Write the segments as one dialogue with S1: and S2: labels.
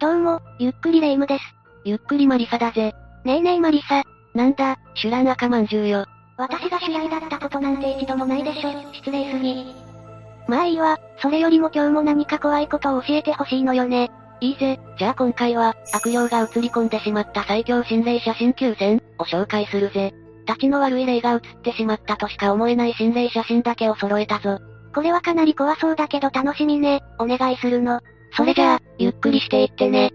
S1: どうも、ゆっくりレ夢ムです。
S2: ゆっくりマリサだぜ。
S1: ねえねえマリサ、
S2: なんだ、シュラン赤まんじゅうよ。
S1: 私が主来だったことなんて一度もないでしょ。失礼すぎ。まあいいわ、それよりも今日も何か怖いことを教えてほしいのよね。
S2: いいぜ、じゃあ今回は、悪霊が映り込んでしまった最強心霊写真9000を紹介するぜ。立ちの悪い霊が映ってしまったとしか思えない心霊写真だけを揃えたぞ。
S1: これはかなり怖そうだけど楽しみね、お願いするの。
S2: それじゃあ、ゆっくりしていってね。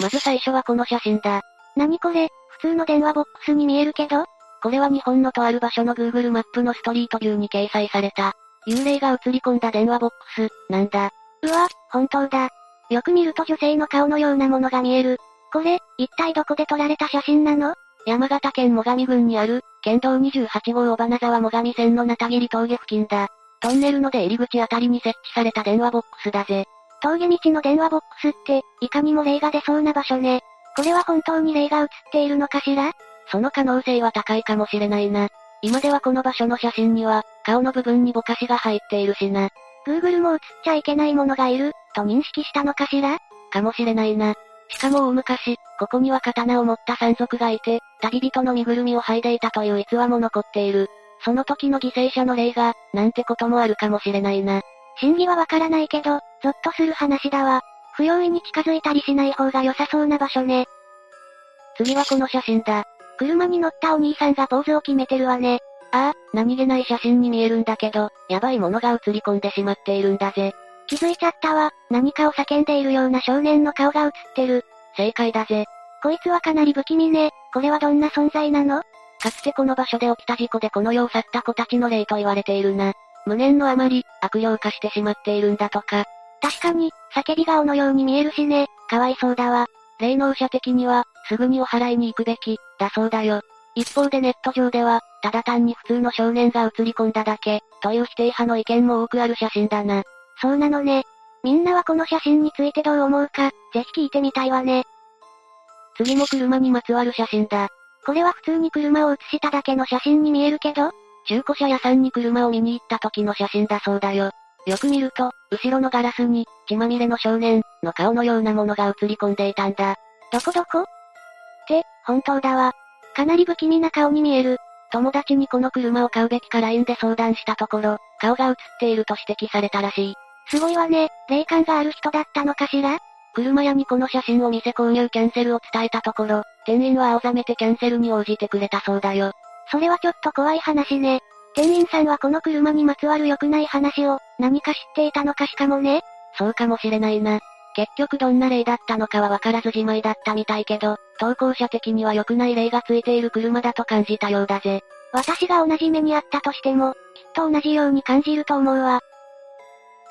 S2: まず最初はこの写真だ。
S1: 何これ、普通の電話ボックスに見えるけど
S2: これは日本のとある場所の Google マップのストリートビューに掲載された、幽霊が映り込んだ電話ボックス、なんだ。
S1: うわ、本当だ。よく見ると女性の顔のようなものが見える。これ、一体どこで撮られた写真なの
S2: 山形県最上郡にある、県道28号尾花沢最上線の中切峠付近だ。トンネルの出入り口あたりに設置された電話ボックスだぜ。
S1: 峠道の電話ボックスって、いかにも霊が出そうな場所ね。これは本当に霊が映っているのかしら
S2: その可能性は高いかもしれないな。今ではこの場所の写真には、顔の部分にぼかしが入っているしな。
S1: Google も映っちゃいけないものがいる、と認識したのかしら
S2: かもしれないな。しかも大昔、ここには刀を持った山賊がいて、旅人の身ぐるみを剥いでいたという逸話も残っている。その時の犠牲者の霊が、なんてこともあるかもしれないな。
S1: 真偽はわからないけど、ゾッとする話だわ。不用意に近づいたりしない方が良さそうな場所ね。
S2: 次はこの写真だ。
S1: 車に乗ったお兄さんがポーズを決めてるわね。
S2: ああ、何気ない写真に見えるんだけど、やばいものが映り込んでしまっているんだぜ。
S1: 気づいちゃったわ。何かを叫んでいるような少年の顔が映ってる。
S2: 正解だぜ。
S1: こいつはかなり不気味ね。これはどんな存在なの
S2: かつてこの場所で起きた事故でこの世を去った子たちの霊と言われているな。無念のあまり、悪霊化してしまっているんだとか。
S1: 確かに、叫び顔のように見えるしね。かわいそうだわ。
S2: 霊能者的には、すぐにお払いに行くべき、だそうだよ。一方でネット上では、ただ単に普通の少年が映り込んだだけ、という否定派の意見も多くある写真だな。
S1: そうなのね。みんなはこの写真についてどう思うか、ぜひ聞いてみたいわね。
S2: 次も車にまつわる写真だ。
S1: これは普通に車を写しただけの写真に見えるけど、
S2: 中古車屋さんに車を見に行った時の写真だそうだよ。よく見ると、後ろのガラスに、血まみれの少年、の顔のようなものが映り込んでいたんだ。
S1: どこどこって、本当だわ。かなり不気味な顔に見える。
S2: 友達にこの車を買うべきか LINE で相談したところ、顔が映っていると指摘されたらしい。
S1: すごいわね、霊感がある人だったのかしら
S2: 車屋にこの写真を見せ購入キャンセルを伝えたところ、店員は青ざめてキャンセルに応じてくれたそうだよ。
S1: それはちょっと怖い話ね。店員さんはこの車にまつわる良くない話を、何か知っていたのかしかもね。
S2: そうかもしれないな。結局どんな霊だったのかはわからずじまいだったみたいけど、投稿者的には良くない霊がついている車だと感じたようだぜ。
S1: 私が同じ目にあったとしても、きっと同じように感じると思うわ。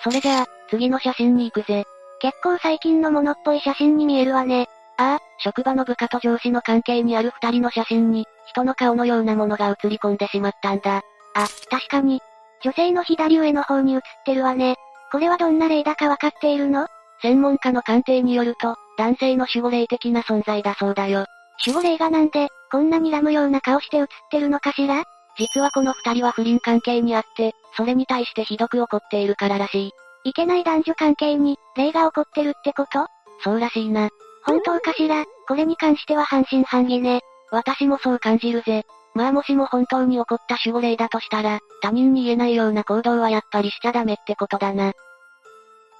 S2: それじゃあ、次の写真に行くぜ。
S1: 結構最近のものっぽい写真に見えるわね。
S2: ああ、職場の部下と上司の関係にある二人の写真に、人の顔のようなものが映り込んでしまったんだ。
S1: あ、確かに。女性の左上の方に写ってるわね。これはどんな霊だかわかっているの
S2: 専門家の鑑定によると、男性の守護霊的な存在だそうだよ。
S1: 守護霊がなんで、こんなに睨むような顔して写ってるのかしら
S2: 実はこの二人は不倫関係にあって、それに対してひどく怒っているかららし
S1: い。いけない男女関係に、霊が怒ってるってこと
S2: そうらしいな。
S1: 本当かしらこれに関しては半信半疑ね。
S2: 私もそう感じるぜ。まあもしも本当に怒った守護霊だとしたら、他人に言えないような行動はやっぱりしちゃダメってことだな。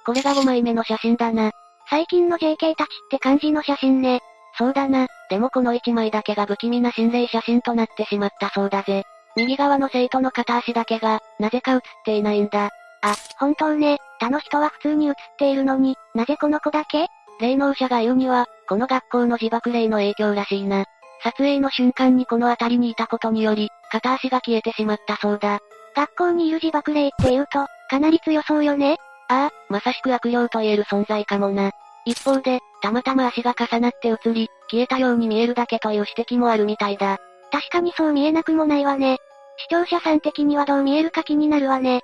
S2: これが5枚目の写真だな。
S1: 最近の JK たちって感じの写真ね。
S2: そうだな。でもこの1枚だけが不気味な心霊写真となってしまったそうだぜ。右側の生徒の片足だけが、なぜか写っていないんだ。
S1: あ、本当ね。他の人は普通に写っているのに、なぜこの子だけ
S2: 霊能者が言うには、この学校の自爆霊の影響らしいな。撮影の瞬間にこの辺りにいたことにより、片足が消えてしまったそうだ。
S1: 学校にいる自爆霊って言うと、かなり強そうよね。
S2: ああ、まさしく悪霊と言える存在かもな。一方で、たまたま足が重なって映り、消えたように見えるだけという指摘もあるみたいだ。
S1: 確かにそう見えなくもないわね。視聴者さん的にはどう見えるか気になるわね。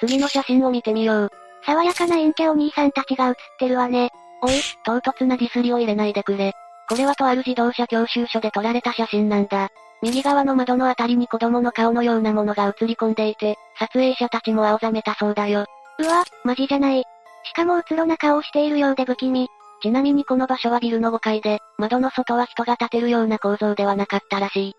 S2: 次の写真を見てみよう。
S1: 爽やかな陰キャお兄さんたちが写ってるわね。
S2: おい、唐突なディスりを入れないでくれ。これはとある自動車教習所で撮られた写真なんだ。右側の窓のあたりに子供の顔のようなものが映り込んでいて、撮影者たちも青ざめたそうだよ。
S1: うわ、マジじゃない。しかもうつろな顔をしているようで不気味。
S2: ちなみにこの場所はビルの5階で、窓の外は人が立てるような構造ではなかったらしい。
S1: っ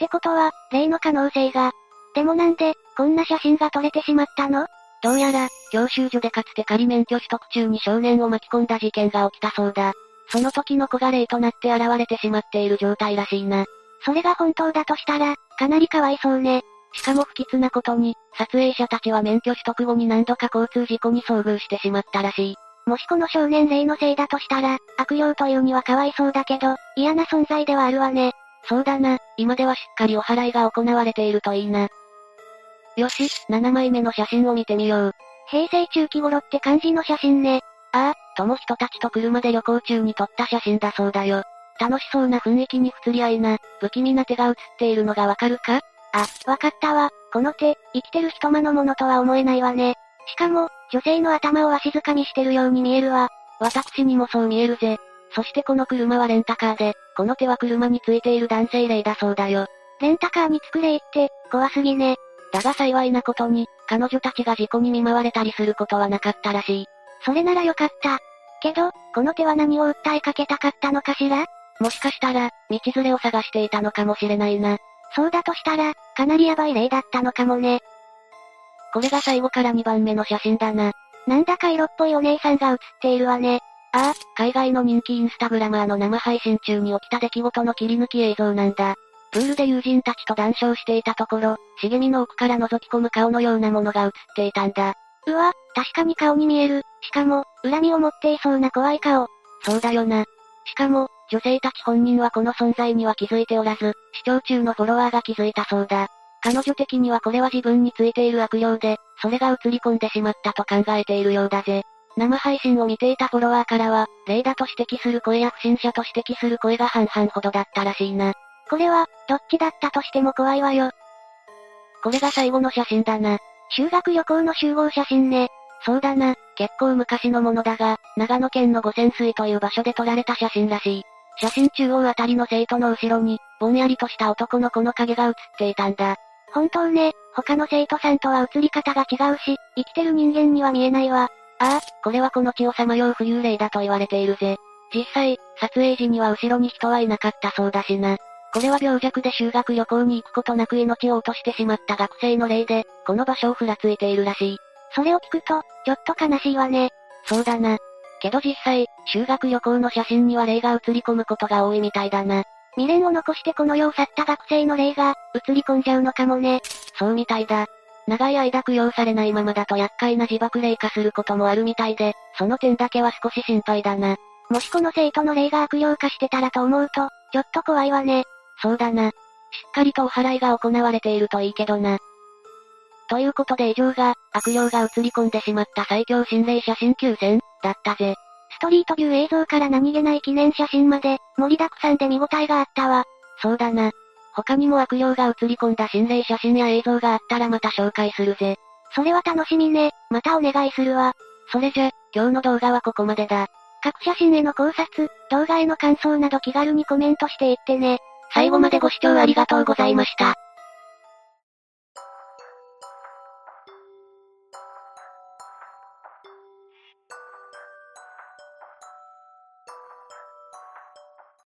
S1: てことは、例の可能性が。でもなんで、こんな写真が撮れてしまったの
S2: どうやら、教習所でかつて仮免許取得中に少年を巻き込んだ事件が起きたそうだ。その時の子が例となって現れてしまっている状態らしいな。
S1: それが本当だとしたら、かなりかわいそうね。
S2: しかも不吉なことに、撮影者たちは免許取得後に何度か交通事故に遭遇してしまったらしい。
S1: もしこの少年霊のせいだとしたら、悪霊というにはかわいそうだけど、嫌な存在ではあるわね。
S2: そうだな、今ではしっかりお祓いが行われているといいな。よし、7枚目の写真を見てみよう。
S1: 平成中期頃って感じの写真ね。
S2: ああ、友人たちと車で旅行中に撮った写真だそうだよ。楽しそうな雰囲気に不釣り合いな、不気味な手が写っているのがわかるか
S1: あ、わかったわ。この手、生きてる人間のものとは思えないわね。しかも、女性の頭をわしづかみしてるように見えるわ。
S2: 私にもそう見えるぜ。そしてこの車はレンタカーで、この手は車についている男性霊だそうだよ。
S1: レンタカーにつく霊って、怖すぎね。
S2: だが幸いなことに、彼女たちが事故に見舞われたりすることはなかったらしい。
S1: それならよかった。けど、この手は何を訴えかけたかったのかしら
S2: もしかしたら、道連れを探していたのかもしれないな。
S1: そうだとしたら、かなりヤバい例だったのかもね。
S2: これが最後から2番目の写真だな。
S1: なんだか色っぽいお姉さんが写っているわね。
S2: ああ、海外の人気インスタグラマーの生配信中に起きた出来事の切り抜き映像なんだ。プールで友人たちと談笑していたところ、茂みの奥から覗き込む顔のようなものが映っていたんだ。
S1: うわ、確かに顔に見える。しかも、恨みを持っていそうな怖い顔。
S2: そうだよな。しかも、女性たち本人はこの存在には気づいておらず、視聴中のフォロワーが気づいたそうだ。彼女的にはこれは自分についている悪霊で、それが映り込んでしまったと考えているようだぜ。生配信を見ていたフォロワーからは、霊だと指摘する声や不審者と指摘する声が半々ほどだったらしいな。
S1: これは、どっちだったとしても怖いわよ。
S2: これが最後の写真だな。
S1: 修学旅行の集合写真ね。
S2: そうだな、結構昔のものだが、長野県の五泉水という場所で撮られた写真らしい。写真中央あたりの生徒の後ろに、ぼんやりとした男の子の影が映っていたんだ。
S1: 本当ね、他の生徒さんとは映り方が違うし、生きてる人間には見えないわ。
S2: ああ、これはこの血をさまよう浮遊霊だと言われているぜ。実際、撮影時には後ろに人はいなかったそうだしな。これは病弱で修学旅行に行くことなく命を落としてしまった学生の霊で、この場所をふらついているらしい。
S1: それを聞くと、ちょっと悲しいわね。
S2: そうだな。けど実際、修学旅行の写真には霊が写り込むことが多いみたいだな。
S1: 未練を残してこの世を去った学生の霊が、写り込んじゃうのかもね。
S2: そうみたいだ。長い間供養されないままだと厄介な自爆霊化することもあるみたいで、その点だけは少し心配だな。
S1: もしこの生徒の霊が悪霊化してたらと思うと、ちょっと怖いわね。
S2: そうだな。しっかりとお祓いが行われているといいけどな。ということで以上が、悪霊が映り込んでしまった最強心霊写真9000、だったぜ。
S1: ストリートビュー映像から何気ない記念写真まで、盛りだくさんで見応えがあったわ。
S2: そうだな。他にも悪霊が映り込んだ心霊写真や映像があったらまた紹介するぜ。
S1: それは楽しみね。またお願いするわ。
S2: それじゃ、今日の動画はここまでだ。
S1: 各写真への考察、動画への感想など気軽にコメントしていってね。
S2: 最後までご視聴ありがとうございました。